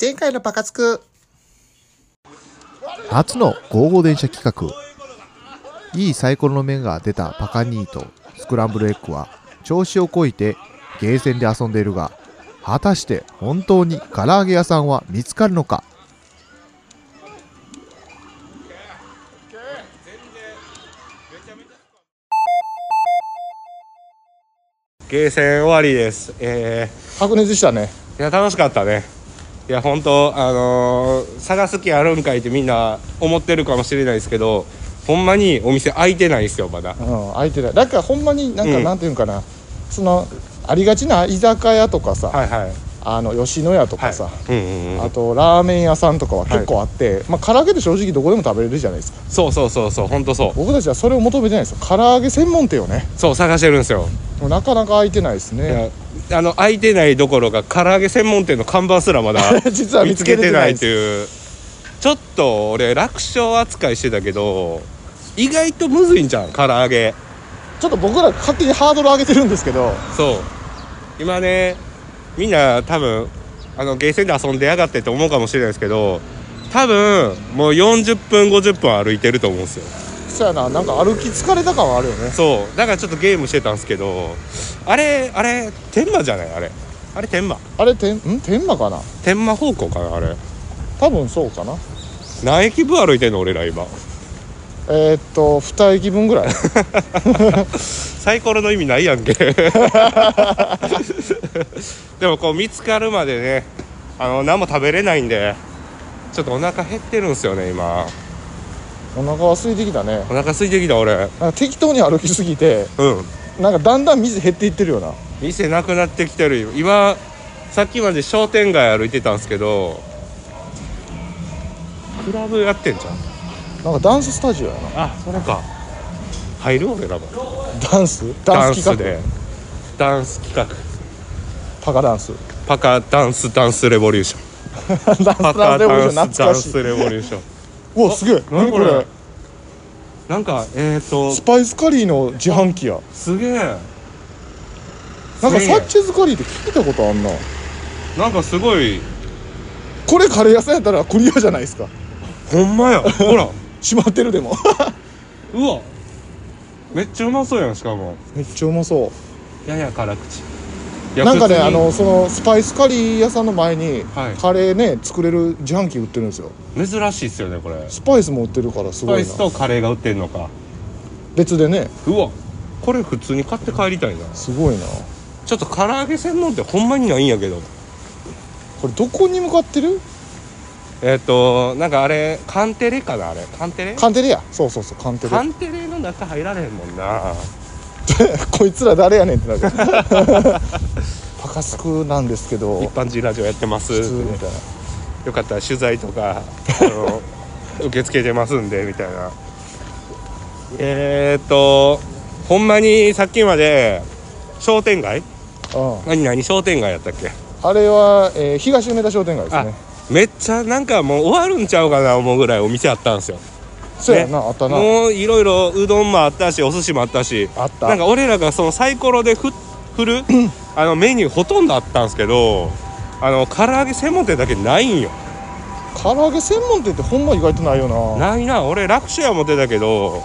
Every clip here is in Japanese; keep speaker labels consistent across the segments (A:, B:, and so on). A: 前回のパカつく
B: 初の合合電車企画いいサイコロの面が出たパカニーとスクランブルエッグは調子をこいてゲーセンで遊んでいるが果たして本当に唐揚げ屋さんは見つかるのか
C: ゲーセン終わりです。え
A: 白熱したね
C: ーいや楽しかったね。いや本当あのー探す気あるんかいってみんな思ってるかもしれないですけど、ほんまにお店開いてないですよまだ。
A: うん空いてないだからほんまになんか
C: うん
A: なんていうんかな、そのありがちな居酒屋とかさ、
C: はいはい。
A: あの吉野家とかさ、
C: はい。うんうんう
A: あ
C: ん。
A: とラーメン屋さんとかは結構あって、まあ唐揚げって正直どこでも食べれるじゃないですか
C: そうそうそうそう本当そう。
A: 僕たちはそれを求めてないですよ唐揚げ専門店をね
C: そう探してるんですよ。
A: もうなかなか空いてないです
C: い
A: ね
C: やあの開いてないどころか唐揚げ専門店の看板すらまだ
A: 実は見
C: 見
A: つ
C: つ
A: けれ
C: け
A: て
C: て
A: な
C: ない
A: で
C: いっ
A: す
C: ていうちょっと俺楽勝扱いしてたけど意外とむずいんじゃん唐揚げ
A: ちょっと僕ら勝手にハードル上げてるんですけど
C: そう今ねみんな多分あのゲーセンで遊んでやがってって思うかもしれないですけど多分もう40分50分歩いてると思うんですよ
A: そやななんか歩き疲れた感はあるよね
C: そうだからちょっとゲームしてたんですけどあれあれ天満じゃないあれあれ天満
A: あれてんん天満かな
C: 天満方向かなあれ
A: 多分そうかな
C: 何駅分歩いてんの俺ら今
A: えーっと2駅分ぐ らい
C: サイコロの意味ないやんけ でもこう見つかるまでねあの何も食べれないんでちょっとお腹減ってるんですよね今
A: お腹は空いてきたね
C: お腹空いてきた俺
A: なんか適当に歩きすぎて
C: うん
A: なんかだんだん水減っていってるよな
C: 店なくなってきてるよ今さっきまで商店街歩いてたんですけどクラブやってんじゃん
A: なんかダンススタジオやな
C: あそれか入る俺らも
A: ダンスダンス企
C: で
A: 画
C: ダンス企画
A: パカダンス
C: パカダンスダンスレボリューション
A: ダンスダンス
C: パカ
A: レボリュー
C: ダ
A: ション
C: ンス
A: 懐
C: ダ
A: か
C: ン
A: し
C: ス
A: い
C: レボリューション
A: うわすげえ何
C: 何
A: こ
C: こ
A: れ
C: れなんかえっ、ー、と
A: スパイスカリーの自販機や
C: すげえ
A: なんか
C: す
A: サ
C: げえ
A: ッチェズカリーって聞いたことあんな
C: なんかすごい
A: これカレー屋さんやったらクリアじゃないですか
C: ほんまやほら
A: 閉まってるでも
C: うわめっちゃうまそうやんしかも
A: めっちゃうまそ
C: やや辛口いうや
A: なんかね
C: 普通に
A: あのそのスパイスカリー屋さんの前に
C: はい
A: カレーね作れる自販機売ってるんですよ
C: 珍しいっすよねこれス
A: スパイスも売ってるからすご
C: パ
A: い
C: イ
A: な
C: スとカレーが売ってんのか
A: 別でね
C: うわこれ普通に買って帰りたいな
A: すごいな
C: ちょっと唐揚げ専門店ほんまにないんやけど
A: これどこに向かってる
C: えっ、となんかあれカンテレかなあれカンテレ
A: カンテレやそうそうそうカンテレ
C: カンテレの中入られへんもんな
A: こいつら誰やねんってなる パカスクなんですけど
C: 一般人ラジオやってます
A: 普通みたいな
C: よかったら取材と かあの受け付けてますんでみたいなえー、っとほんまにさっきまで商店街
A: うん
C: 何何商店街やったっけ
A: あれは、えー東梅田商店街です
C: あ
A: ね
C: めっちゃなんかもう終わるんちゃうかな思うぐらいお店あったんですよ
A: そうやな、あったな
C: もういろいろうどんもあったしお寿司もあったし
A: あった
C: なんか俺らがそのサイコロでふ 振るあのメニューほとんどあったんですけどあの唐揚げ専門店だけないんよ
A: 唐揚げ専門店ってほんま意外とないよな
C: ないな俺楽勝や思ってたけど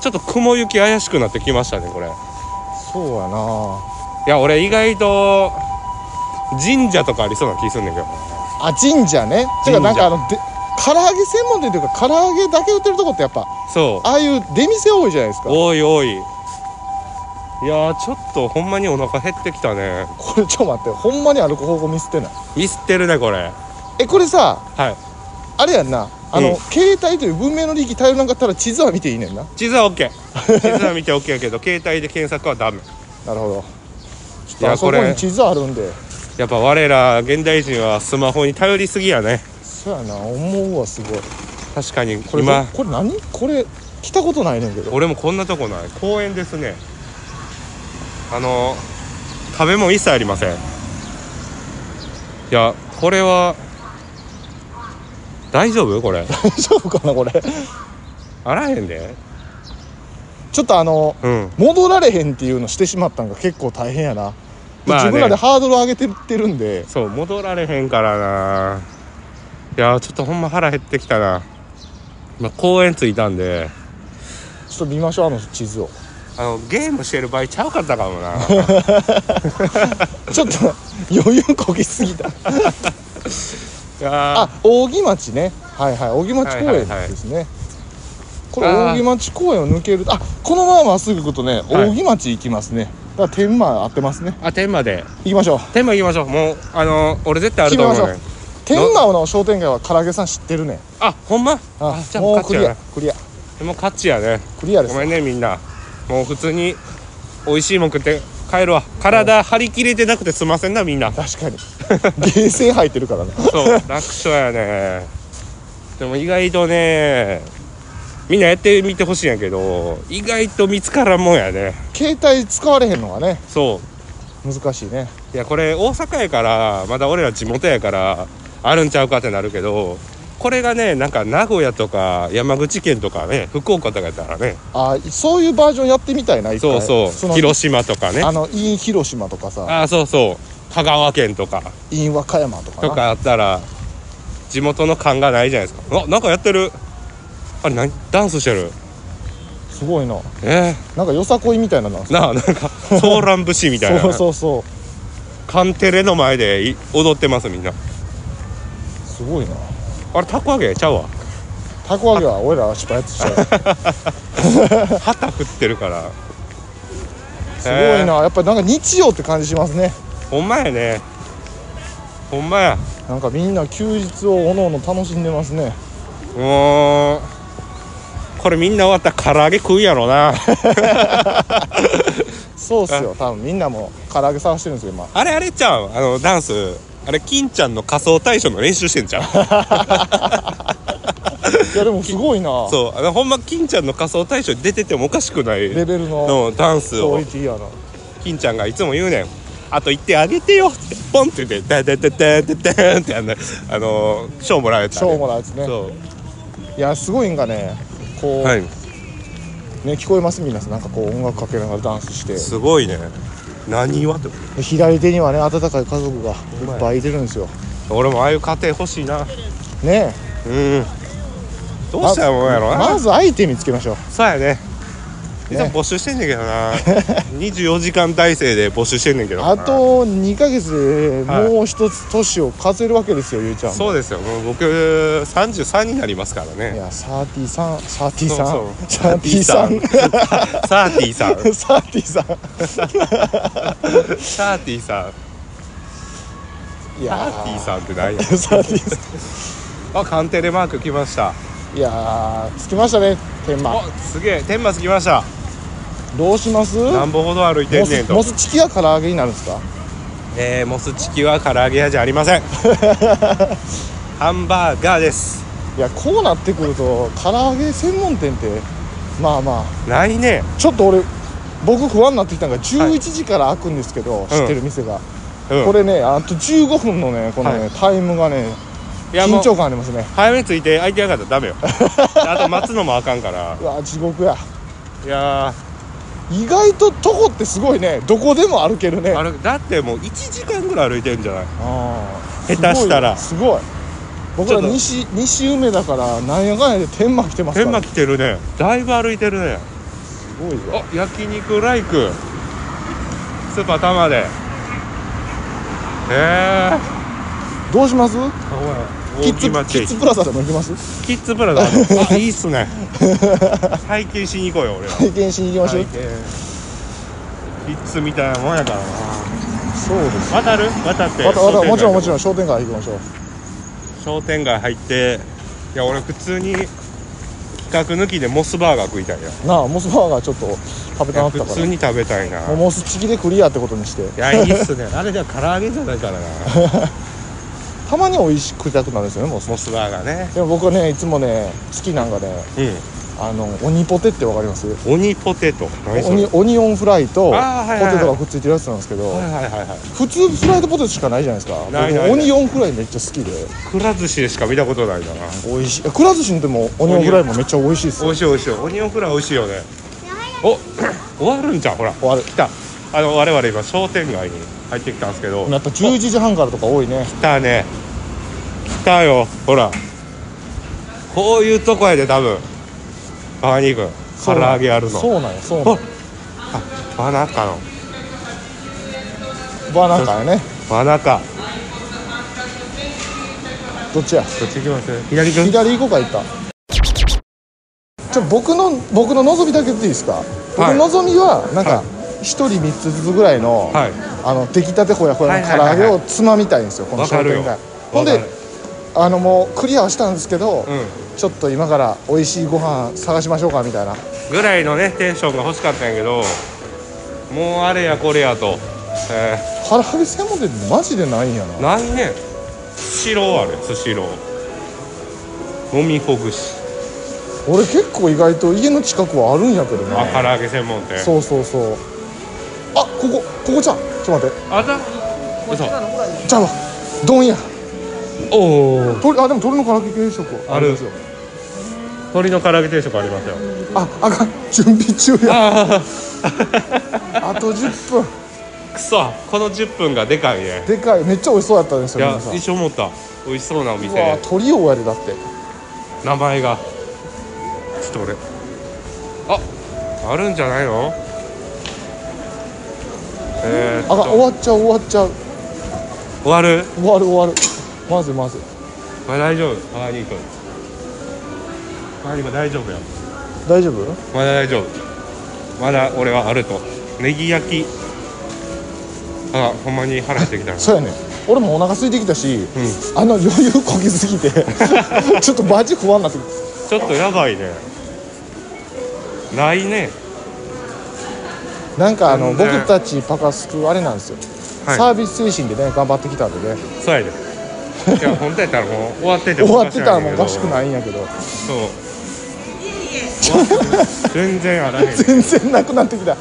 C: ちょっと雲行き怪しくなってきましたねこれい
A: そうやな
C: や俺意外と神社とかありそうな気すんねんけど
A: あ神社ねてかな
C: 神社
A: んかあので唐揚げ専門店というか唐揚げだけ売ってるとこってやっぱ
C: そう
A: ああいう出店多いじゃないですか
C: おいおいいやーちょっとほんまにお腹減ってきたね
A: これちょっと待ってほんまに歩く方向ミスってない
C: ミスってるねこれ
A: えこれさ
C: はい
A: あれやんなあの、
C: うん
A: 携帯という文明の利器頼らなかったら地図は見ていいねんな
C: 地図は OK 地図は見て OK やけど携帯で検索はダメ
A: なるほどちょっ
C: い
A: と
C: や
A: あそこ
C: こ
A: に
C: れ
A: 地図あるんで
C: やっぱ我ら現代人はスマホに頼りすぎやね
A: そうやな思うわすごい
C: 確かに
A: これ
C: 今
A: これ何これ来たことないねんけど
C: 俺もこんなとこない公園ですねあの食べ物一切ありませんいやこれは大丈夫こ れ
A: 大丈夫かなこれ
C: あらへんで
A: ちょっとあの
C: うん
A: 戻られへんっていうのしてしまったんが結構大変やな
C: まあね
A: 自分らでハードル上げてってるんで
C: そう戻られへんからないやーちょっとほんま腹減ってきたな、まあ、公園着いたんで
A: ちょっと見ましょうあの地図を
C: あのゲームしてる場合ちゃうかったか もな
A: ちょっと余裕こぎすぎ た
C: いや
A: あ扇町ねはいはい扇町公園ですね、これ
C: あー
A: 扇町公園を抜けるとあこのまままっすぐ行くとね
C: はい
A: 扇町行きますね、だから天満合ってますね
C: ーあ天満で
A: 行きましょう
C: 天満行きましょうもうあの俺絶対あると思うね
A: 決めま天満の商店街は唐揚げさん知ってるね
C: あほんま
A: あ
C: あじゃあもう
A: もうク
C: 勝ち
A: リ
C: や
A: アクリア
C: なもう勝ちやね
A: クリアで
C: ご
A: す
C: めんねみんなもう普通に美味しいもん食って帰るわ体張り切れてなくてすんませんなみんな
A: 確かにゲーセン入ってるから ね
C: そう 楽勝やねでも意外とねみんなやってみてほしいんやけど意外と見つからんもんやね
A: 携帯使われへんのがね
C: そ
A: 難しいね
C: ういやこれ大阪やからまだ俺ら地元やからあるんちゃうかってなるけどこれがねなんか名古屋とか山口県とかね福岡とかやったらね
A: あそういうバージョンやってみたいな一
C: そう
A: 回
C: そう
A: の
C: 広島とかね
A: あの in 広島とかさ
C: ああそうそう香川県とか
A: in 和歌山とかな
C: とかあったら地元の感がないじゃないですかあなんかやってるあれ何ダンスしてる
A: すごいな
C: え
A: なんかよさこいみたいなのなん
C: ー、なあなん かソーラン節みたいな
A: そうそうそ
C: カンテレの前でい踊ってますみんな
A: うすごいな
C: あれたこ揚げちゃうわ
A: たこ揚げは俺ら失敗しちゃうす
C: 旗振ってるから
A: ごいなやっぱりなんか日曜って感じしますね
C: ほんまやねほんまや
A: なんかみんな休日をおのおの楽しんでますね
C: もうこれみんな終わったら唐揚げ食うんやろな
A: そうっすよ多分みんなも唐揚げ探してるんですよ今
C: あれあれちゃうあのダンスあれ金ちゃんの仮装大賞の練習してんちゃう
A: いやでもすごい な
C: そうあのほんま金ちゃんの仮装大賞に出ててもおかしくない
A: レベルの
C: のダンス
A: クオ
C: を
A: リティやな
C: 金ちゃんがいつも言うねんあと行ってあげてよってポンって言ってダダダダダダンってあのあの賞もらえた、ね、
A: 賞もらうやつね
C: そ
A: いやすごいんがねこ
C: う
A: う、
C: はい
A: ね聞こえますみんななんかこう音楽かけながらダンスして
C: すごいね何はって
A: で左手にはね温かい家族が
C: ほんま
A: い
C: や
A: っぱいいてるんですよ
C: 俺もああいう家庭欲しいな
A: ね
C: うんどう
A: ま
C: したらもんやろな、
A: まず相手見つけましょう
C: そうやねいつも
A: ね
C: 募集してんねんけどな24時間体制で募集してんねんけどな
A: あと2ヶ月で
C: はい
A: もう一つ年を数えるわけですよ、ゆうちゃんも
C: そうですよもう僕33になりますから
A: い
C: ね
A: や3333
C: そうそう
A: 33 33
C: サーティーさ ん
A: 33
C: サーティーさん
A: い
C: サ
A: や
C: ーティーさんって何や
A: 33
C: あ鑑定でマーク来ました
A: いやー着きましたね天
C: お
A: 満
C: すげえ天罰来ました
A: どうします
C: 何歩ほど歩いて
A: モ
C: んねん
A: ス
C: と
A: モスチキが唐揚げになるんですか
C: えー、モスチキは唐揚げ屋じゃありま せんハンバーガーです
A: いやこうなってくると唐揚げ専門店ってまあまあ
C: ないね
A: ちょっと俺僕不安になってきたのが11時から開くんですけど、知ってる店が、
C: うん
A: これねあと15分のねこのね、
C: は
A: タイムがね
C: いやも
A: 緊
C: う
A: 張感ありますね
C: 早めに着いて空いてなかったらダメよ あと待つのもあかんから
A: うわ地獄や
C: いや
A: 意外と徒歩ってすごいねどこでも歩けるね
C: ーあれだってもう1時間ぐらい歩いてんじゃない
A: あ
C: 下手したら
A: すごい僕
C: ち
A: ら
C: ょっと
A: 西西梅だからなんやかんやで天満来てますか
C: 天
A: ら
C: 満来てるねだいぶ歩いてるね
A: すごいよ
C: あ焼肉ライクスーパー玉でええ
A: どうしますキ
C: キ
A: ッズ
C: ッ
A: キッズプラザでも行きます
C: キッズプラザあいいっす ね体験しに行こうよ俺は
A: 体験しに行きましょう、
C: 体験キッズみたいなもんやからな
A: そうです
C: 渡る渡って
A: またまたもちろんもちろ
C: ん
A: ん商店街行きましょう
C: 商店街入っていや俺普通に企画抜きでモスバーガー食いたいな
A: なあモスバーガーちょっと食べたな
C: いや
A: ったか
C: 普
A: ら
C: 通に食べたいな
A: もうモスチキでクリアってことにして
C: いやいいっすね あれじゃ唐揚げじゃないからな
A: たまに美味しく食いたくなるんですよねモス
C: モスバーガーね
A: でも僕はねいつもね好きなんかねあの鬼ポテってわかります
C: うん鬼ポテト何そ
A: オ
C: れ
A: ニオニオンフライとポ
C: あーはいはいはい
A: テトがくっついてるやつなんですけど、
C: はいはいはいはい
A: 普通フライドポテトしかないじゃないですか
C: ないない
A: 僕オニオンフライめっちゃ好きで
C: くら寿司でしか見たことないだな
A: 美味しいくら寿司にでもオニオンフライもめっちゃ美味しいです
C: 美
A: よ
C: 味しい美味しいオニオンフライ美味しいよねお 終わるんじゃんほら
A: 終わる
C: 来たあの我々今商店街に入ってきたんですけど
A: やっぱ11時半からとか多いね
C: 来たね来たよほらこういうとこやで多分川に行く唐揚げあるの
A: そうなんやそうなん
C: あ
A: や
C: 真中の
A: バナカやね
C: 真中
A: どっちや
C: どっち行きます左行く
A: 左行こうか行ったちょ僕の僕の望みだけでいいですか、僕の望みはなんか
C: は
A: 一人三つずつぐらいの、
C: はい
A: あの出来たてほやほやの
C: はい
A: 唐
C: はいは
A: 揚げ
C: い
A: をつまみたいんですよ、
C: わ
A: この
C: か
A: 商
C: るよ
A: 店街ほんで
C: わかる
A: あのもうクリアはしたんですけど、
C: うん
A: ちょっと今から美味しいご飯探しましょうかみたいな
C: ぐらいのねテンションが欲しかったんやけどもうあれやこれやと、え
A: 唐揚げ専門店ってマジでないんやな
C: ー、何年スシローあれスシローもみほぐし、
A: 俺結構意外と家の近くはあるんやけどね
C: あ唐揚げ専門店
A: そうそうそうあここここじゃんちょっと待って
C: あた嘘
A: じゃあ丼や
C: おお
A: 鳥あでも鳥の唐揚げ定食は
C: ある鶏の唐揚げ定食ありますよ
A: ああかん準備中や
C: あ
A: あと10分
C: あくそこの10分がでかいね
A: でかいめっちゃ美味しそうだったんです
C: い
A: よ
C: や
A: 皆さん
C: 一生思った美味しそうな
A: う
C: お
A: わ
C: 店
A: 鳥王やでだって
C: 名前がちょっと俺ああるんじゃないのえー、っ
A: あかん終
C: と
A: わっちゃう終わっちゃう
C: 終わる
A: 終わる終わるまずいまずい
C: まあ大丈夫川に行く川に行く大丈夫よ
A: 大丈夫
C: まだ大丈夫まだ俺はあるとネギ焼きあほんまに腹減っ てきたな
A: そうやね俺もお腹空いてきたし、あの余裕こぎすぎ てちょっとマジ不安になってきた
C: ちょっとやばいねないね
A: なんかあの、
C: 全然
A: 僕たちパカスクあれなんですよ、
C: はい
A: サービス精神でね頑張ってきたんでね
C: そうやでいや本当やったらもう終わってて
A: 終
C: も
A: わってたらもうお
C: おか
A: か
C: し
A: し
C: く
A: く
C: ない
A: ないんやけど
C: そう終わってても全然あらへん
A: 全然なくなってきた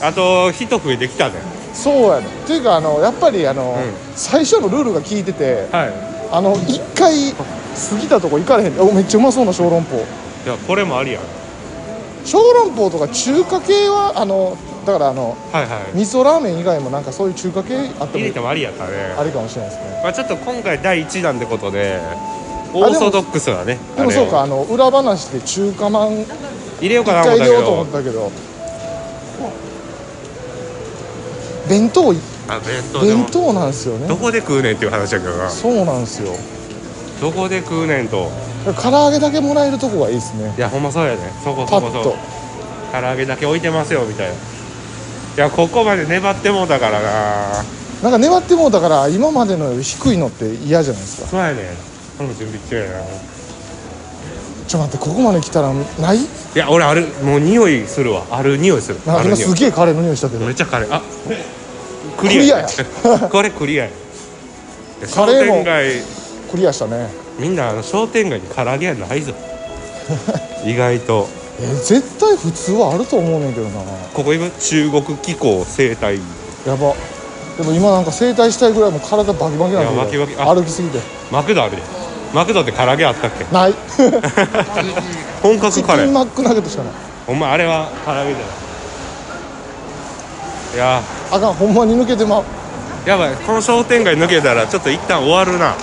C: あと一増えできたね
A: そうやねっていうかあのやっぱりあの、
C: うん
A: 最初のルールが効いてて
C: はい
A: あの一回過ぎたとこ行かれへんおめっちゃうまそうな小籠包
C: いやこれもありやん
A: 小籠包とか中華系はあのだからあの
C: はいは
A: 味噌ラーメン以外もなんかそういう中華系あっ
C: い入れ
A: て
C: て
A: も
C: もありやったね
A: ありかもしれないですね
C: まあ、ちょっと今回第1弾ってことでオーソドックスなね
A: でもそう
C: あ
A: かあの裏話で中華まん一
C: れを入れようかな思っ
A: 回
C: た
A: 入
C: け
A: れようと思
C: ど
A: ったけど弁当い
C: あ弁当で
A: 弁
C: も
A: 当なんですよ
C: ど
A: ね
C: こで食うねんっていう話だけどな
A: そうなんですよ
C: どこで食うねんと
A: 唐揚げだけもらえるとこがいいですね
C: いやほんまそうやねそこ
A: パ
C: そこ
A: ッ
C: そ
A: と
C: こ唐揚げだけ置いてますよみたいないやここまで粘ってもうたからな
A: なんか粘ってもうだから今までのより低いのって嫌じゃないですか
C: そうやねこの準備中やない
A: ちょっと待ってここまで来たらない
C: や俺あるもう匂いするわある匂いする
A: なん
C: あ
A: か
C: る
A: 今
C: 匂
A: す
C: い
A: げえカレーの匂いしたけど
C: めっちゃカレーあクリアや
A: ク
C: これクリアやいや
A: カ
C: 商
A: レーも
C: 店街
A: クリアしたね
C: みんなあの商店街に唐揚げ屋ないぞ意外と
A: え絶対普通はあると思うねんけどな
C: ここ今中国気候生態
A: やばでも今なんか整体したいぐらいもう体バキバキなんだけ
C: いや
A: ど
C: バキバキあ
A: 歩きすぎて
C: マクドあるでマクドって唐揚げあったっけ
A: ない
C: 本格
A: チ
C: カレ
A: キン
C: ー
A: マックナゲットしかない
C: お前あれは唐揚げじゃないいや
A: あかんほんまに抜けてまう
C: ーやばいこの商店街抜けたらちょっと一旦終わるな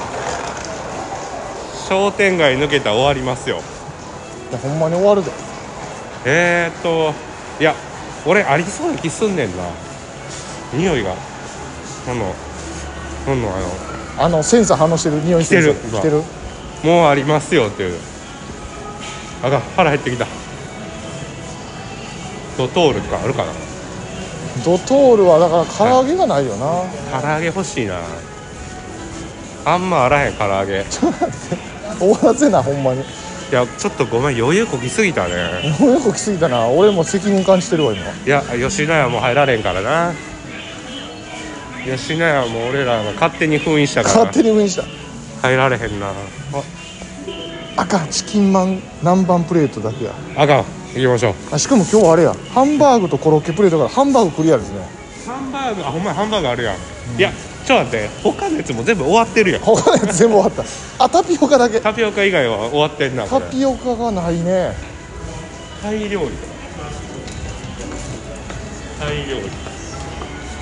C: 商店街抜けたら終わりますよ
A: いやほんまに終わるで
C: えー、っといや俺ありそうな気すんねんな匂いがほんのほんのあの
A: あのセンサー反応してる匂いしてる
C: 来て
A: 来
C: る
A: てる
C: もうありますよっていうあかん腹減ってきたドトールとかあるかな
A: ドトールはだから唐揚げがないよな、
C: 唐揚げ欲しいなあんまあらへん唐揚げい
A: 終わらせなほんまに
C: やちょっとごめん余裕こぎすぎたね
A: もうよく来すぎたな俺も責任感じてるわ今
C: いや吉野家も入られんからな吉野家も俺らが勝手に封印したか
A: 勝
C: ら
A: 手に上にした
C: 入られへんなあ
A: あかんチキンマン南蛮プレートだけや
C: あかん行きましょう
A: あしかも今日はあれやハンバーグとコロッケプレートだからハンバーグクリアですね
C: ハンバーグあほんまやハンバーグあるやん、いやちょっと待って他のやつも全部終わってるやん
A: 他のやつ全部終わったあタピオカだけ
C: タピオカ以外は終わってんなこ
A: タ
C: れ
A: ピオカがないね
C: タイ料理タイ料理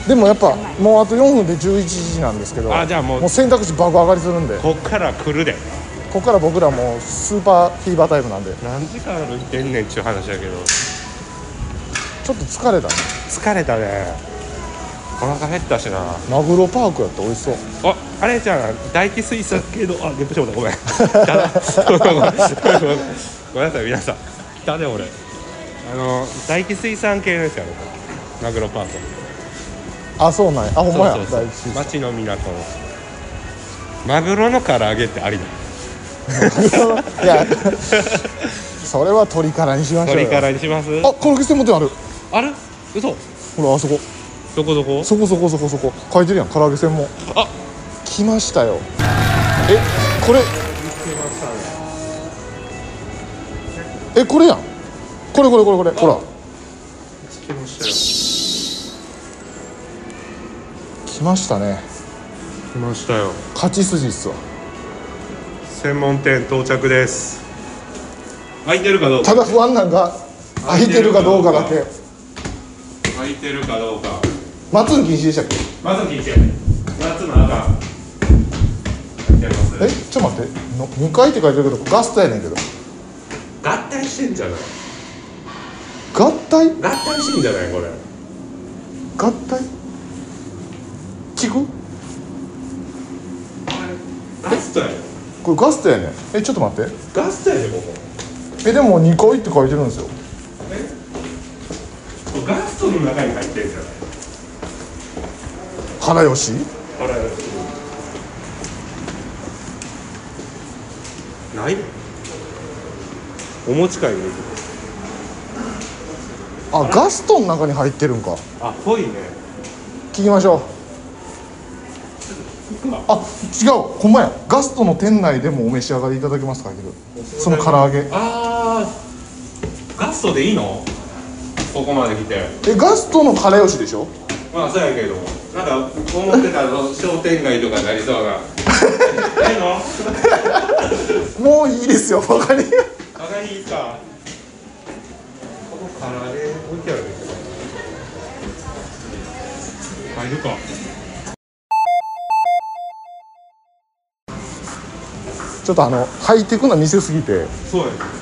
A: でもやっぱもうあと4分で11時なんですけど
C: あじゃあもう
A: 選択肢爆上がりするんでこ
C: こっから来るで
A: こから僕らもうスーパーフィーバータイムなんで
C: 何時間歩いてんねんっちゅう話やけど
A: ちょっと疲れたね
C: 疲れたねお腹減ったしなあ
A: マグロパークやって美味しそう
C: あれじゃん大気水産系のあゲップしもたごめんだだごめん ごめんなさい皆さんだね俺あの大気水産系のやつやろマグロパーク
A: あそうなんやあほんまや
C: そうそう
A: 大吉
C: そう町の港マグロの唐揚げってありだ
A: いやそれは鶏からにしましょう
C: 鶏
A: よ
C: からにします
A: あコロッケ専門店ある
C: あれ嘘
A: ほらあそこ
C: どこどこ
A: そこそこそこそこ書いてるやん唐揚げ専門
C: あ
A: 来ましたよえこれえこれやんこれこれこれこれほら
C: 来まし
A: 来ましたね
C: たよ来ましたよ
A: 勝ち筋っすわ
C: 専門店到着です開いてるかどうか
A: ただ不安なんが空いてるかどうかだけ
C: 開いてるかどうか
A: 待つん禁止でしたっけ
C: まず聞いて夏の赤開いてます
A: えちょっと待っての2階って書いてるけどガストやねんけど
C: 合体してんじゃない
A: 合体
C: 合体してんじゃないこれ
A: 合体聞く
C: ガストやよ
A: これガストやねんえちょっと待って
C: ガストやでここ
A: えでも2階って書いてるんですよ
C: これガストの中に入ってんじゃない
A: 原吉
C: あれないお持ち帰りできる
A: あガストの中に入ってるんか
C: あぽいね
A: 聞きましょうあ違うほんまやガストの店内でもお召し上がりいただけますかその唐揚げ
C: あーガストでいいのここまで来て
A: えガストのカレー吉でしょ
C: まあそうやけどなんか思ってたの商店街とかになりそう なないの
A: もういいですよバカに
C: あがいいかここ唐揚げ置いてあるんだけど入るか
A: ちょっとあのハイテクな店すぎて
C: そうやねなんか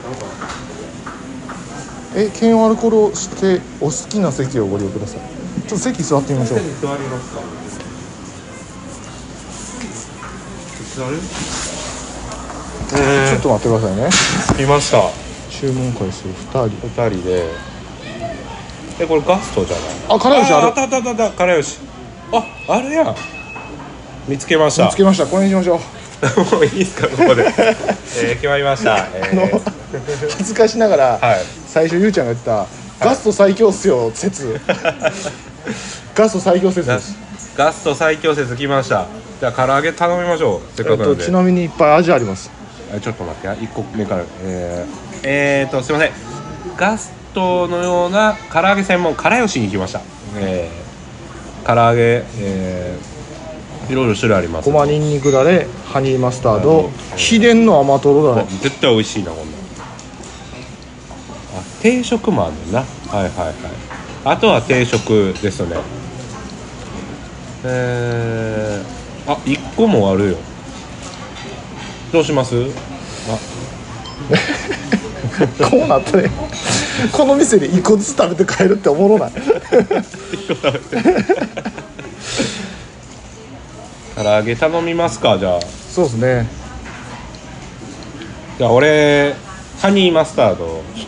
A: え検温アルコールをしてお好きな席をご利用くださいちょっと席座ってみましょう
C: に座りますか座る
A: ちょっと待ってくださいね
C: いました
A: 注文回数2人
C: 二人でえこれガストじゃない
A: あカレー吉あ
C: ああっ
A: る
C: たあったあったあったからよしああれやん見つけました
A: 見つけましたこれにしましょう
C: もういいですかここで、 えー、決まりました、えー、
A: 恥ずかしながら、
C: はい
A: 最初ゆうちゃんが言ったガスト最強っすよ 説ガスト最強説
C: ガ
A: で
C: ス
A: す
C: ガスト最強説きましたじゃあ唐揚げ頼みましょうせっ
A: え
C: か
A: っ
C: くな
A: と
C: んで、
A: ちなみにいっぱい味あります
C: えちょっと待ってや1個目からえー、えー、とすいませんガストのような唐揚げ専門からよしに行きましたえー、唐揚げえー、いろいろ種類あります
A: ごまにんにくだれハニーマスタード秘伝の甘とろだ
C: あ
A: れ
C: 絶対美味しいなこんなんあ定食もあるねんなはいはいはいあとは定食ですねえー、あ一個もあるよどうしますあ
A: こうなったねこの店で一個ずつ食べて帰るっておもろない
C: 唐揚げ頼みますかじゃあ
A: そうですね
C: じゃあ俺ハニーマスタードちょっ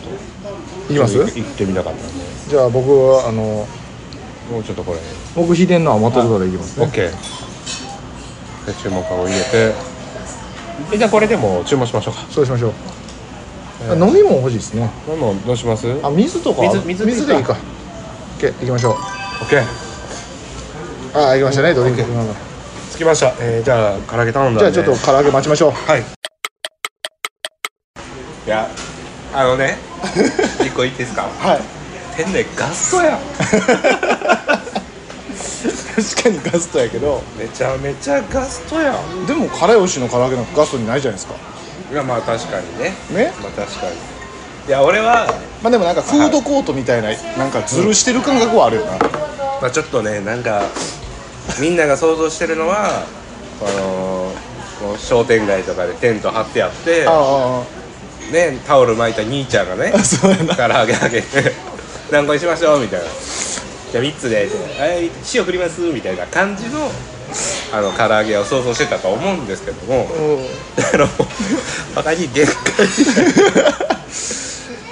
C: と
A: いきます
C: 行ってみたかったんで
A: じゃあ僕はあの
C: もうちょっとこれ
A: 僕秘伝の甘とろだれいきます
C: オ
A: ね
C: ッケーで注文缶を入れてえじゃあこれでもう注文しましょうか
A: そうしましょう、飲み物欲しいですね
C: どうもどうします
A: あ水とか
C: 水水でいいか
A: でいいか OK 行きましょう
C: オッケー
A: あ行きましたねドリンク
C: 着きました、えー、じゃあ唐揚げ頼んだんで
A: じゃあちょっと唐揚げ待ちましょう
C: はいいやあ のね一個いいですか
A: はい
C: 店内ガストやん
A: 確かにガストやけど
C: めちゃめちゃガストやん
A: でも辛いおしの唐揚げなんかガストにないじゃないですか
C: いやまあ確かにね
A: ね
C: まあ確かにいや俺は
A: まあでもなんかフードコートみたいななんかズルしてる感覚はあるよな
C: まあ、ちょっとねなんかみんなが想像してるのはこのこう商店街とかでテント張ってあって
A: あ
C: ね、タオル巻いた兄ちゃんがね
A: あそうやな
C: 唐揚げあげて「何個にしましょう」みたいな「じゃあ3つで」はい「塩振ります」みたいな感じのあの唐揚げを想像してたと思うんですけどもあのバカに限界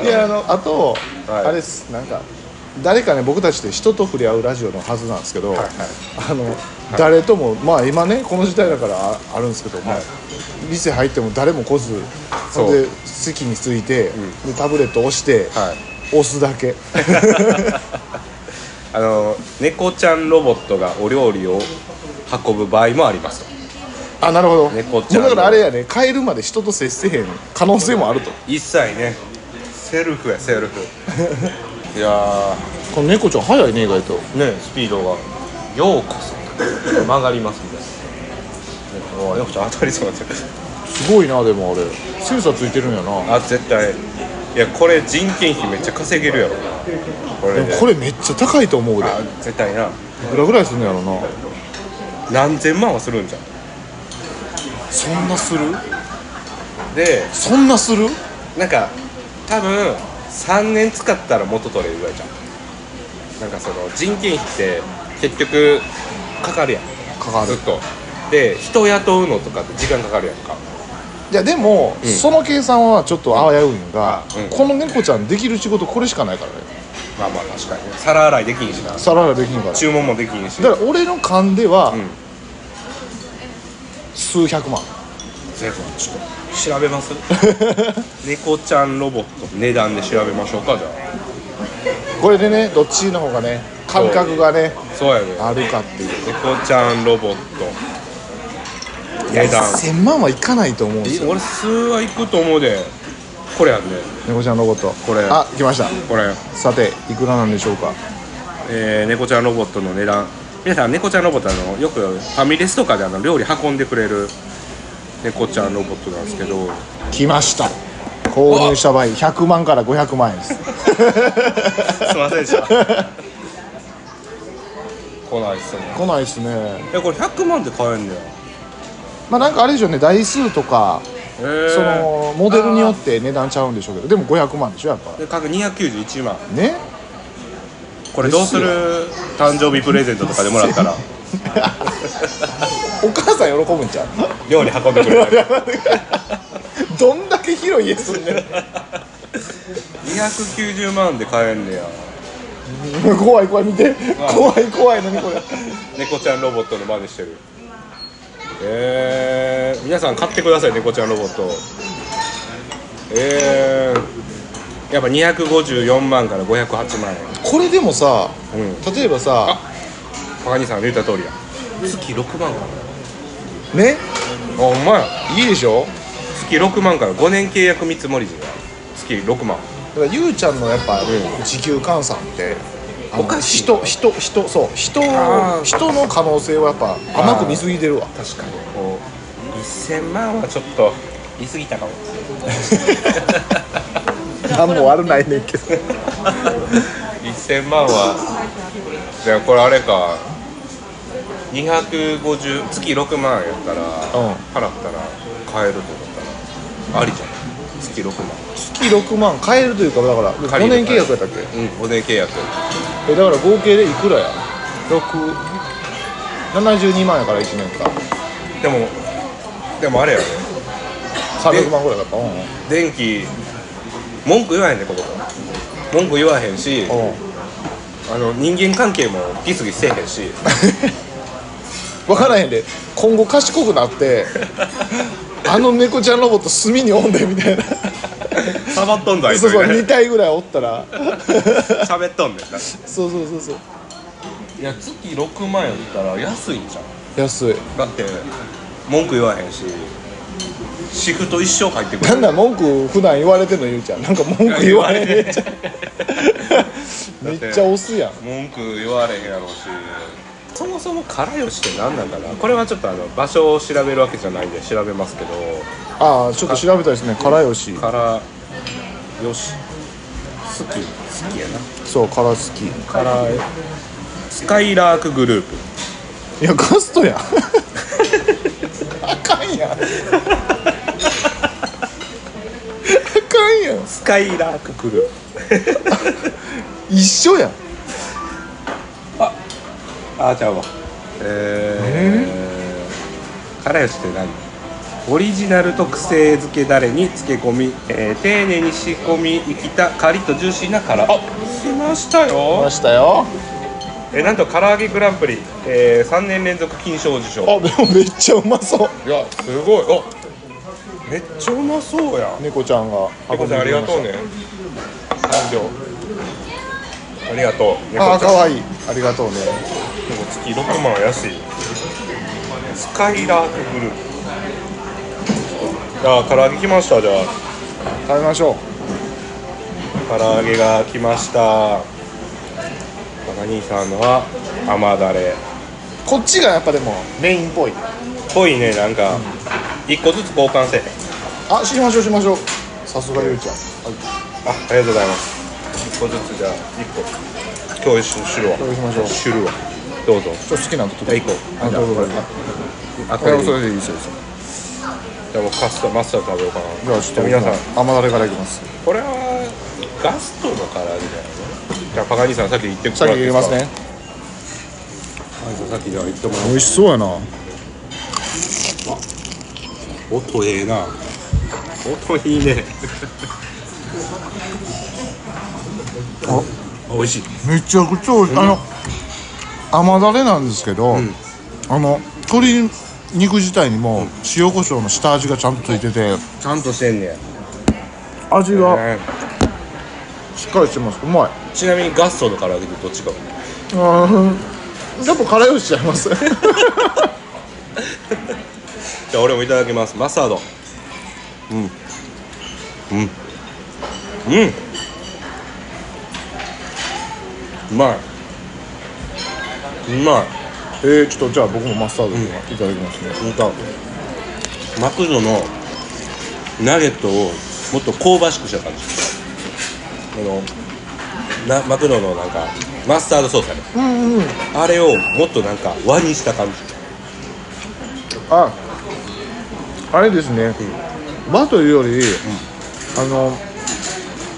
A: いやあのあと、
C: はい
A: あれですなんか誰かね僕たちって人と触れ合うラジオのはずなんですけど、
C: はいはい
A: あの、誰ともまあ今ねこの時代だからああるんですけど、まあ
C: はい
A: 店入っても誰も来ず
C: そう
A: で席について、で
C: ん
A: タブレット押して、
C: はい
A: 押すだけ
C: あの猫ちゃんロボットがお料理を運ぶ場合もありますと
A: あなるほど
C: 猫ちゃん
A: もうだからあれやね帰るまで人と接せへん可能性もあると
C: 一切ねセルフやセルフいや
A: この猫ちゃん早いね意外と
C: ーねスピードが「ようこそ」曲がりますみたいなねもう猫ちゃん当たりそうになってる
A: すごいなでもあれセンサーついてるんやな
C: あ絶対いやこれ人件費めっちゃ稼げるやろこ
A: で
C: れ
A: も
C: で
A: これめっちゃ高いと思うで
C: あ絶対ない
A: くらぐらいするんのやろな
C: 何千万はするんじゃん
A: そんなする
C: で
A: そんなする
C: なんか多分3年使ったら元取れるぐらいじゃんなんかその人件費って結局かかるやん
A: かか
C: ずっとで人雇うのとかって時間かかるやんか
A: いやでも、
C: ん
A: その計算はちょっと危ういんが、
C: うん
A: この猫ちゃんできる仕事これしかないからね
C: まあまあ確かにね皿洗いできんしな
A: 皿ができんから
C: 注文もできんし
A: だから俺の勘では、
C: ん
A: 数百万
C: ぜひちょっと調べます 猫ちゃんロボット値段で調べましょうかじゃ
A: これでねどっちの方がね感覚がね
C: あそうやね
A: あるかっていう
C: 猫ちゃんロボット値段
A: 1000万はいかないと思うんですよ
C: 俺数はいくと思うでこれやんね
A: 猫ちゃんロボット
C: これ
A: あ来ました
C: これ
A: さていくらなんでしょうか
C: えー、猫ちゃんロボットの値段皆さん猫ちゃんロボットあのよくファミレスとかであの料理運んでくれる猫ちゃんロボットなんですけど
A: 来ました購入した場合100万から500万円 です
C: すいませんでした来ないっすね
A: 来ないですね
C: えこれ100万で買えんだよ
A: まあなんかあれでしょうね台数とか
C: えー
A: そのモデルによって値段ちゃうんでしょうけどでも500万でしょやっぱ
C: で各291万
A: ね
C: これどうする誕生日プレゼントとかでもらったら
A: お母さん喜ぶんちゃう
C: 料理運んでくれる
A: どんだけ広い家住んでる
C: 290万で買えんねや
A: 怖い怖い見て怖い怖い何これ
C: 猫ちゃんロボットの真似してるえー、皆さん買ってください猫ちゃんロボットえー、やっぱ254万から508万円
A: これでもさ、
C: う
A: 例えばさ
C: パガニさんの言った通りや月6万かな
A: ね
C: あほんまや
A: いいでしょ
C: 月6万から5年契約見積もり時が月6万
A: だからゆうちゃんのやっぱ、
C: う
A: 時給換算ってあの
C: おかしい
A: 人人人そう人
C: あー
A: 人の可能性はやっぱ甘く見すぎてるわ
C: 確かにこう1000万はちょっと言い過ぎたかも
A: 何も悪ないねんけど
C: 1000万はじゃあこれあれか250月6万やったら、
A: うん
C: 払ったら買えると思ったらありじゃん月6万
A: 月6万買えるというかだから
C: 借
A: 5
C: りる
A: 年契約やったっけ
C: うん5年契約
A: えだから合計でいくらや6 72万やから1年間
C: でもでもあれやね
A: 300万ぐらいだったうんうん
C: 電気文句言わへんねここ文句言わへんしあの人間関係もギスギスせえへんし
A: 分からへんで今後賢くなってあの猫ちゃんロボット隅におんでみ たいな
C: サボっとんだあいつ
A: そうそう
C: みたい
A: 2体
C: な
A: ぐらいおった ら
C: 喋っとんねんな
A: そうそうそうそう
C: いや月6万やったら安いんじゃん
A: 安い
C: だって文句言わへんしシフト一生入ってくる
A: なんだ文句普段言われてんのゆうちゃんなんか文句言われへん じゃんめっちゃ押すやん
C: 文句言われへんやろうしそもそもからよしって何なんかなこれはちょっとあの場所を調べるわけじゃないんで調べますけど
A: ああちょっと調べたいですねからよし
C: からよし好き好きやな
A: そうから好き
C: から好スカイラークグループ
A: いやガストやんあかん やんあかんやん
C: スカイラークグルー
A: 一緒やん
C: プあーちゃうわえー、からよしって何オリジナル特製漬けだれに漬け込み、えー丁寧に仕込み生きたカリッとジューシーなからあ来ましたよ
A: ま、したよ
C: えーなんと唐揚げグランプリ、え3年連続金賞受賞
A: あでもめっちゃうまそう
C: いやすごいあめっちゃうまそうやん
A: 猫ちゃんが
C: 猫ちゃんありがとうね三秒ありがとう猫
A: ああ
C: ちゃん
A: かわいいありがとうね
C: でも月6万は安いスカイラークグループあー唐揚げ来ましたじゃあ
A: 食べましょう
C: 唐揚げが来ました高兄さんのは甘だれ
A: こっちがやっぱでもメインっぽい
C: ぽいねなんか一個ずつ交換せえ
A: あしましょうしましょうさすがゆうちゃん
C: あありがとうございます一個ずつじゃあ一個今日一緒にしるわ
A: 共有しましょう
C: しるわどうぞ
A: ちょっと好きなのと
C: じゃあ一個
A: あどうぞどうぞ
C: あ
A: あ
C: これでいい
A: それでいいですよ
C: じゃあもうカスタマスター食べようかな
A: じゃあちょっと
C: 皆さん
A: 甘だれからいきます
C: これはガストの唐揚げだよねじゃあパガニーさんさっき言っても
A: さっ
C: ら
A: き
C: ってい
A: 入
C: い
A: れ
C: で
A: ますね
C: パガニーさんさっきじゃあ言ってもらおう
A: 美味しそうやな
C: 音ええな音いいねあ美味しい
A: めちゃくちゃ美味しい、あの甘だれなんですけど、あの鶏肉自体にも塩コショウの下味がちゃんとついてて
C: ちゃんとしてんねや、
A: 味が
C: え
A: しっかりしてますうまい
C: ーちなみにガストの唐揚げとどっちがう
A: やっぱ辛いよしちゃいます
C: じゃあ俺もいただきますマスタードうんうんうんうまいうまい
A: えー、ちょっとじゃあ僕もマスタードいただきますね、
C: 本当マクドのナゲットをもっと香ばしくした感じあのなマクドのなんかマスタードソースある、あれをもっとなんか和にした感じ
A: ああれですね、和というより、あの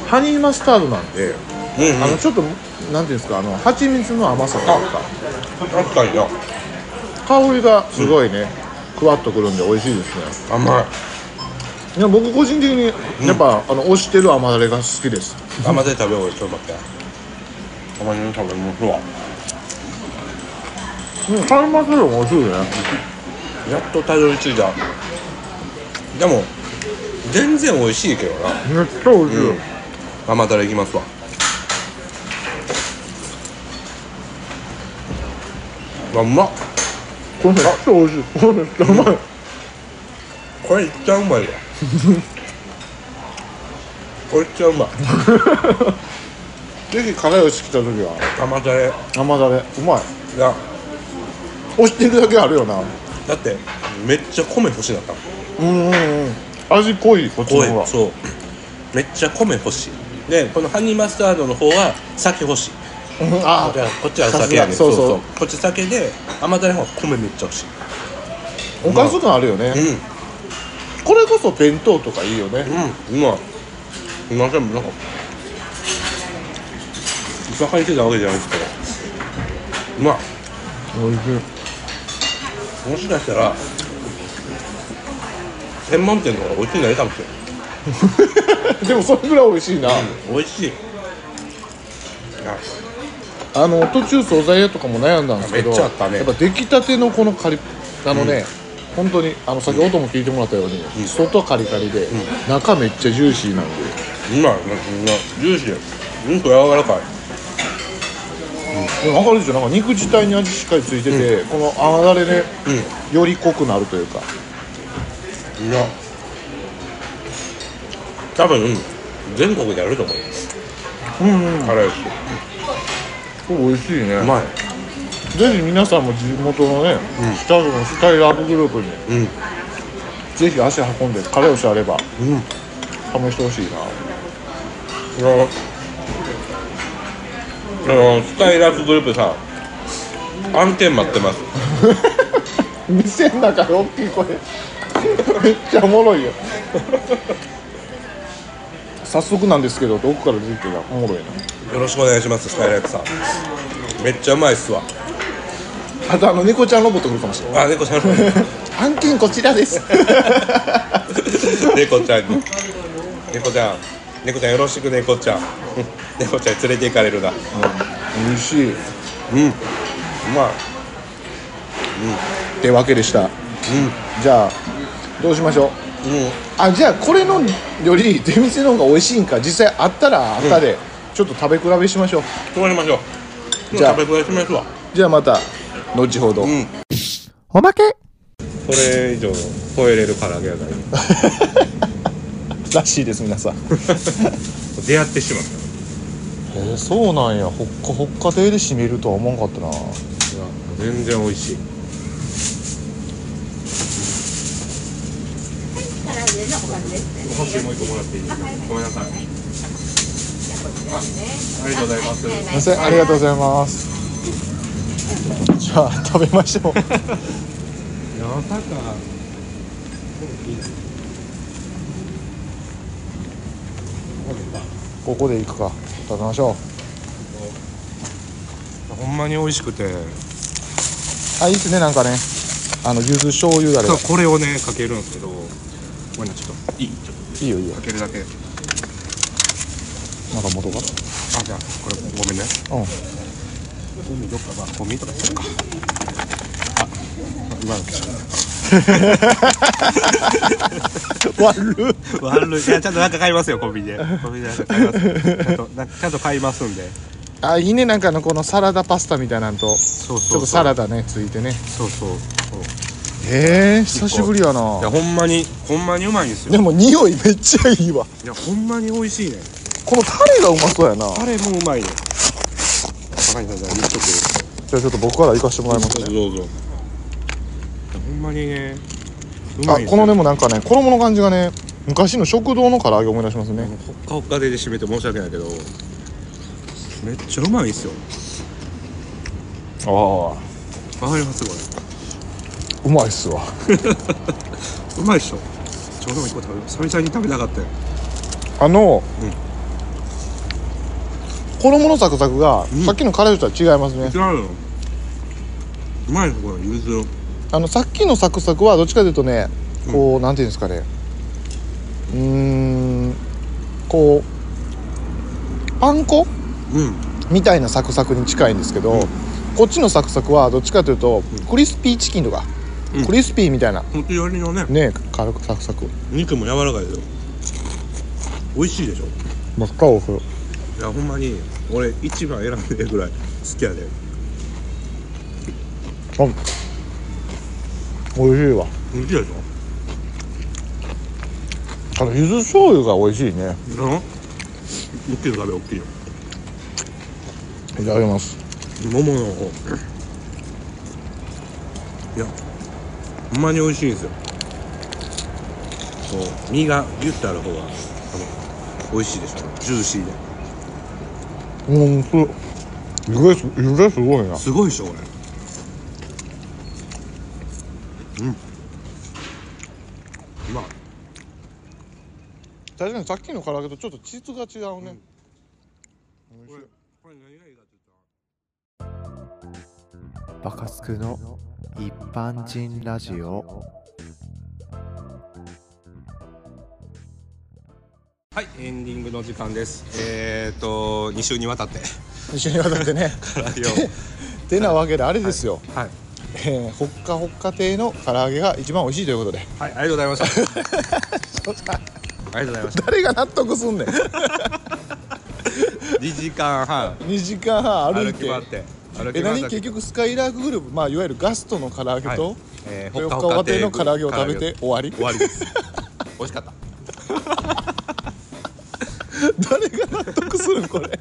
A: ハニーマスタードなんで、
C: うん、うん、
A: あのちょっとなんていうんですかあの蜂蜜の甘さというか
C: 確かにな
A: 香りがすごいね、ふわっとくるんで美味しいですね
C: 甘い
A: いや僕個人的にやっぱ、あの推してる甘だれが好きです
C: 甘で食べようよちょっと待って甘めに食べますわ
A: うんカルマスーも美味しいね
C: やっとたどり着いたでも全然美味しいけどな
A: めっちゃ美味しい、
C: 甘だれいきますわあうまっ
A: これめっちゃ美味しいこれめっちゃうまい、
C: これいっちゃうまいわこれいっちゃうまい
A: ぜひ辛い牛来た時は
C: 甘だれ
A: 甘だれうまい
C: が
A: 推してるだけあるよな
C: だってめっちゃ米欲しなったもん
A: うんうんうん味濃いこっちの
C: 声
A: 方が
C: そうめっちゃ米欲しいでこのハニーマスタードの方は酒欲しい
A: うんあ
C: じゃあこっちはお酒やねん
A: さすがそうそう
C: こっち酒で甘だれの方は米めっちゃ欲しい
A: おかず感あるよね、
C: うん
A: これこそ弁当とかいいよね、
C: うん、うまい。今でもなんか。バカにしてたわけじゃないですけど。うまい。
A: 美味しい
C: もしかしたら。専門店の方が美味しいのがいいかもしれな い。
A: でもそれぐらい美味しいな、
C: 美味しい。
A: あの途中惣菜屋とかも悩んだんですけど
C: めっちゃあったね
A: やっぱ出来たてのこのカリあのね、本当にあの先ほども聞いてもらったように、外カリカリで、中めっちゃジューシーなんで
C: うまい、なんかジューシー。うんと柔らかい。
A: でも分かるでしょなんか肉自体に味しっかりついてて、このあだれね、より濃くなるというか
C: いや。多分。全国であると思います。うん、うん、辛いし。
A: これ美味しいね、
C: うまい。
A: ぜひ皆さんも地元のね、近くのスカイラブグループに、
C: うん
A: ぜひ足運んでカレーしあれば、試してほしいな
C: あのあのスカイラークグループさ案件待ってます
A: 店の中で大きい声 めっちゃおもろいよ 早速なんですけどどこから出てきたらおもろい
C: よろしくお願いしますスカイライトさんめっちゃうまいっすわ
A: なあとあの猫ちゃんロボット来るかもしれない
C: あ猫ちゃん に
A: 案件こちらです
C: 猫ちゃんに猫ちゃん猫ちゃんよろしく猫ちゃん 猫ちゃんに連れて行かれるな
A: 美味しい
C: うんうまい
A: ってわけでした、じゃあどうしましょう
C: うん
A: あじゃあこれのより出店の方が美味しいんか実際あったらあったで、ちょっと食べ比べしましょう
C: 決まりましょう
A: じゃあ
C: 食べ比べしますわ
A: じゃあまた後ほど、
C: ん
B: おまけ
C: それ以上超えれる唐揚げはない
A: らしいです皆さん
C: 出会ってしまった
A: えーそうなんやほっかほっか亭で締めるとは思わんかったない
C: や全然美味しい
D: 唐揚げのおかずですね。
C: もしもう一個もらっていいですかごめんなさいありがとうございます
A: すいませんありがとうございますじゃあ食べまし ょう
C: まさか
A: ここで行くか食べましょう
C: ほんまに美味しくて
A: あいいっすねなんかねあの柚子醤油だれ
C: そ
A: が
C: うこれをねかけるんですけどごめんなちょっといいちょっ
A: いいよいいよ
C: とかけるだけあ
A: なんか元が
C: じゃあこれごめんね
A: うん
C: 海どっかまあゴミとかするかあ今のちょっ
A: 悪っ
C: と悪いいやちゃんとなんか買いますよコンビ ニでコンビニでなんか買いますちゃんとなんかちゃんと買いますんで
A: あいいねなんかあのこのサラダパスタみたいなんと
C: そう
A: ちょっ
C: そう
A: と
C: そ
A: サ
C: う
A: ラダねついてね
C: そうそうそう
A: へえ久しぶりや
C: いや
A: な
C: ほんまにほんまにうまいんですよ
A: でも匂いめっちゃいいわ
C: いやほんまに美味しいね
A: このタレがうまそうやな
C: あれもうまいね高橋さんじゃあ一食
A: じゃあちょっと僕から行かせてもらいますね
C: どうぞほんまにねうま
A: あ
C: いんです
A: こ
C: よ
A: のでもなんかね衣の感じがね昔の食堂の唐揚げ思い出しますね
C: ほっかほっかで締めて申し訳ないけどめっちゃうまいっすよ
A: ああ
C: わかりますこ
A: うまいっすわ
C: れうまいっしょちょうども一個食べよう久々に食べたかったよ
A: あの、
C: うん
A: 衣のサクサクが、
C: うん
A: さっきのカレーとは違いますね
C: 違うようまいっすこれゆずの
A: あのさっきのサクサクはどっちかというとねこう、なんていうんですかねうーんこうパン粉
C: うん
A: みたいなサクサクに近いんですけど、こっちのサクサクはどっちかというと、クリスピーチキンとか、
C: うん
A: クリスピーみたいな
C: ほんとよりのね
A: ね軽くサクサク
C: 肉も柔らかいですよ美味しいでしょ
A: 真っ赤を振る
C: いやほんまに俺一番選んでるぐらい好きやで
A: 美味しいわ
C: 美味しいでし
A: あの柚子醤油が美味しいね
C: ょうん大きいの食べ大きいよ
A: いただきます
C: 桃の方いやほんまに美味しいんですよこう身がギュッとある方があの美味しいでしょジューシーで
A: うんすゆれすゆれすごいな
C: すごいでしょこれうんうまい
A: 確かにさっきの唐揚げとちょっと質が違うね、美味しい
C: これ何がいいかって言った
B: バカスクの一般人ラジオ
C: はい、エンディングの時間です。えっ、と、二週にわたって。
A: 一緒に渡ってね てなわけであれですよ、
C: はい、
A: えー、ほっかほっか亭の唐揚げが一番美味しいということで
C: はい、ありがとうございました。ありがとうございまし
A: 誰が納得すんねん
C: た。二時間半
A: 2時間半歩
C: 歩
A: い
C: き
A: て
C: 回って。歩
A: え
C: き回
A: 何
C: った
A: 結局スカイラークグループまあいわゆるガストの唐揚げ
C: はい
A: と、
C: え
A: ほっかほっか亭の唐揚げを食べて終わり
C: 終わりです。美味しかった。
A: 誰が納得するんこれ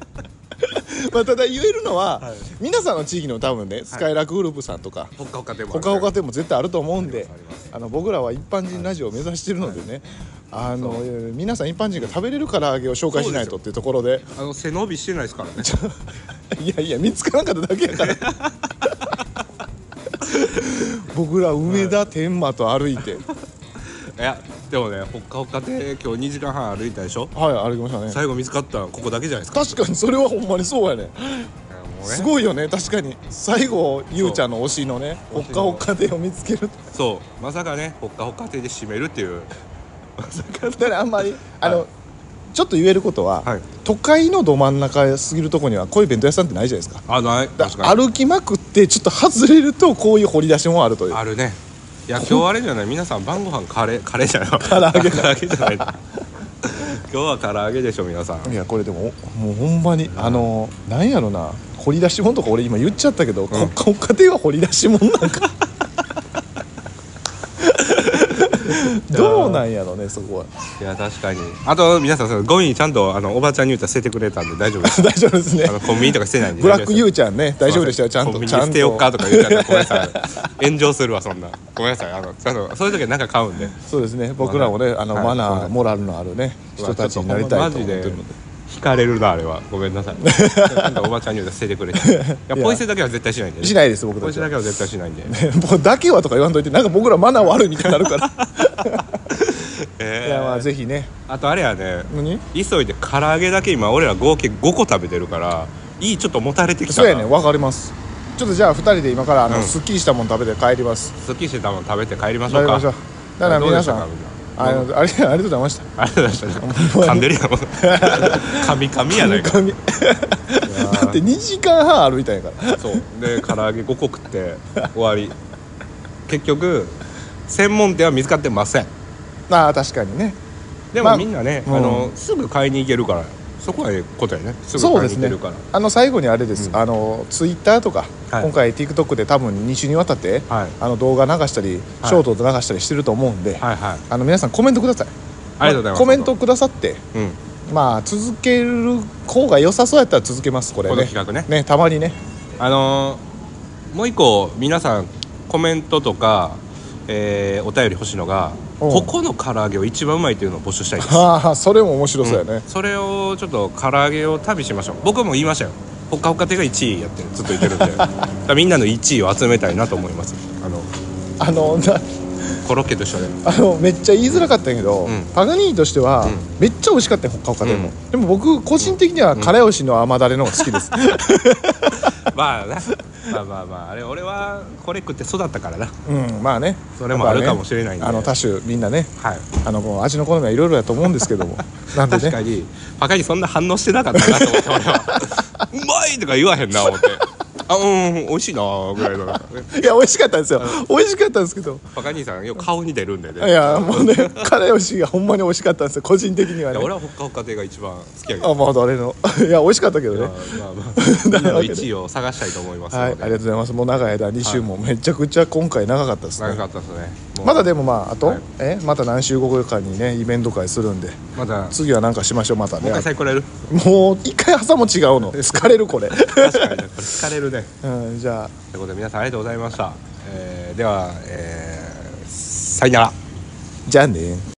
A: まあただ言えるのは、皆さんの地域の多分ねスカイラークグループさんとか、
C: ほっかほかでもあ
A: ほ
C: る。
A: かほかでも絶対あると思うんで
C: あります
A: あの僕らは一般人ラジオを目指してるのでね、あの皆さん一般人が食べれる唐揚げを紹介しないとっていうところで
C: あの背伸びしてないですからね。
A: いやいや見つからなかっただけやから僕ら梅田天満と歩いて
C: いやでもねほっかほっかで今日2時間半歩いたでしょ
A: はい歩きましたね
C: 最後見つかったのここだけじゃないですか
A: 確かにそれはほんまにそうやねす
C: い
A: ごいよね確かに最後ゆうちゃんの推しのねほ
C: そう
A: っかほっかでを見つける
C: そうまさかねほっかほっか亭で締めるっていう
A: だからあんまりあの、ちょっと言えることは、
C: はい
A: 都会のど真ん中すぎるとこにはこういう弁当屋さんってないじゃないですか
C: あない
A: だ
C: 確かに
A: 歩きまくってちょっと外れるとこういう掘り出しもあるという
C: あるねいや今日あれじゃない皆さん晩ご飯カレ ーカレーじゃない唐
A: 揚げ
C: 唐揚げじゃ ない今日は唐揚げでしょ皆さん
A: いやこれでもおもうほんまにあのなんやろな掘り出し物とか俺今言っちゃったけど、国家国家庭は掘り出し物なん かどうなんやろねそこは
C: いや確かにあと皆さんそのゴミにちゃんとあのおばちゃんに言ったら捨ててくれたんで大丈夫で す
A: 大丈夫ですね
C: あのコンビニとか捨てないんで
A: ブラックユ
C: ー
A: ーちゃんね大丈夫でしたよちゃん
C: コン
A: と
C: ビニ
A: ちゃ
C: で
A: んと
C: 捨てようかとか言っちゃったらごめんなさい炎上するわそんなごめんなさいあのちゃんとそういう時はなんか買うんで
A: そうですね僕らもねあの
C: はい
A: マナ
C: は
A: ー
C: い
A: モラルのあるね人たちになりたいと思ってるので
C: 惹かれるなあれはごめんな さいちゃんとおばちゃんに言うたら捨ててくれていや
A: いや
C: ポイ捨てだけは絶対しないんでね
A: しないです僕
C: ポ
A: た
C: イ捨
A: ち
C: て
A: は
C: だけは絶対しないんで
A: もうだけはとか言わんといてなんか僕らマナー悪いみたいになるから
C: え
A: い
C: ー
A: やまあぜひね
C: あとあれやね
A: 何
C: 急いで唐揚げだけ今俺ら合計5個食べてるからいいちょっともたれてきた
A: そう
C: な
A: やねわかりますちょっとじゃあ2人で今からあの、
C: うん
A: すっきりしたもの食べて帰ります
C: すっきりしてたもん食べて帰りましょ
A: 食
C: う
A: べ
C: か
A: ましょうだから皆さん
C: どうでしたか
A: あ
C: みんな
A: のあれありがとうございました
C: ありがとうございました噛んでるやん噛み噛みやないか
A: 神々 だって2時間半歩いたんやから
C: そうで唐揚げ5個食って終わり結局専門店は見つかってません
A: まあ確かにね
C: で
A: まあ
C: もみんなね、
A: うん
C: あのすぐ買いに行けるからそこはええことやねすぐ
A: そう
C: 買
A: です
C: いに行け
A: ね
C: るから、
A: あの最後にあれです、
C: うん
A: あのツイッターとか、
C: はい
A: 今回 TikTok で多分2週にわたって、
C: はい
A: あの動画流したり、
C: はい
A: ショートで流したりしてると思うんで、
C: はいはい
A: あの皆さんコメントください
C: ありがとうございます
A: コメントくださって
C: うん
A: まあ続ける方が良さそうやったら続けますこれ
C: この
A: ね
C: 企画ね
A: ねたまにね
C: あのーもう一個皆さんコメントとか、えーお便り欲しいのが
A: うん
C: ここの唐揚げを一番うまいっていうのを募集したいです
A: ああ それも面白そうやね、
C: それをちょっと唐揚げを旅しましょう僕も言いましたよほっかほか亭が1位やってるずっと言ってるんで だからみんなの1位を集めたいなと思いますあ
A: あ
C: の
A: のな
C: コロッケと一緒で
A: あのめっちゃ言いづらかったんやけど、
C: うん
A: パガニーニとしては、
C: うん
A: めっちゃ美味しかったよほっかほかでも、
C: う
A: でも僕個人的にはからよしの甘だれの方が好きです、
C: まあなまあまあまああれ俺はこれ食って育ったからな
A: うん、まあね
C: それもあるかもしれないんで
A: あの多種みんなね
C: はい
A: あのもう味の好みはいろいろだと思うんですけ どもなんで
C: 確か
A: ね
C: にパカにそんな反応してなかったなと思って俺 はうまいとか言わへんな思ってあうん美味しいなぐらいの
A: いや美味しかったんですよ美味しかったんですけど
C: パカ兄さんよく顔に出るんでね
A: いやもうねからよしがほんまに美味しかったんですよ個人的にはいね
C: や俺はほっかほか亭が一番好きやけど
A: 甘だれの いや美味しかったけどね
C: まあまあま あ、みんなの1位を探したいと思います
A: はいあ
C: の
A: り
C: で、
A: がとうございますもう長い間2週もめちゃくちゃ今回長かったです
C: 長
A: ね
C: かったですねもう
A: まだでもまああと、
C: はい
A: えまた何週後かにねイベント会するんで
C: まだもう
A: 次は何かしましょうまた
C: 一
A: ね
C: 回最高やる
A: もう一回朝も違うの疲れるこれ、
C: 確かにねこれ疲れるね
A: うん、じゃあ
C: ということで皆さんありがとうございました、えーでは、えーさよなら
A: じゃあね